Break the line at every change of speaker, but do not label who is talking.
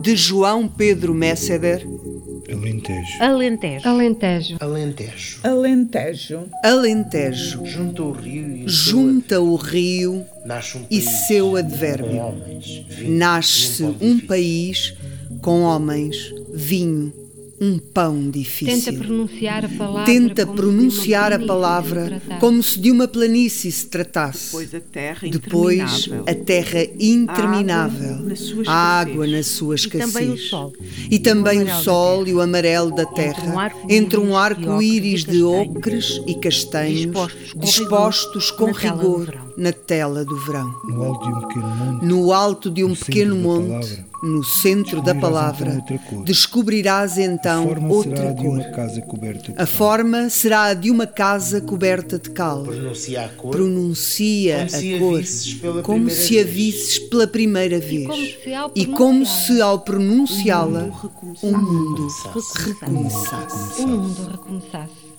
de João Pedro Messeder,
Alentejo.
Alentejo.
Alentejo.
Alentejo.
Alentejo.
Alentejo,
Junta o rio e o seu
junta o rio
adver- Nasce um
e
país
seu
com
advérbio.
homens. vinho,
Nasce
um pão
um
difícil.
país com homens, vinho, um pão
Tenta
difícil.
pronunciar a palavra.
Tenta
como se
pronunciar
de
a
uma planície se
palavra
tratasse.
como se de uma planície se tratasse.
Depois a terra
Depois,
interminável.
a terra interminável,
na sua
a água na sua
E também o
escassez,
sol.
e também o
amarelo da
sol e o amarelo da
um
terra,
arco-íris
entre um
de
arco-íris de ocres e castanhos,
dispostos com
dispostos com
rigor na tela do
rigor
verão.
na tela do verão.
No alto de um pequeno monte.
No alto de um
No centro
pequeno
da
monte,
palavra.
no centro da
Descobrirás então
palavra,
outra
descobrirás então
cor. a forma será
outra
de
cor.
uma casa coberta de
A
cal.
forma será a de uma casa coberta de cal.
Pronuncia a cor.
Pronuncia
Como se
a
a
cor
visses pela
como
primeira
se a
vez.
visses pela primeira vez.
como se ao
E como
pronunciá-la,
se ao pronunciá-la,
recomeçar.
o mundo
recomeçasse.
recomeçasse.
O mundo recomeçasse.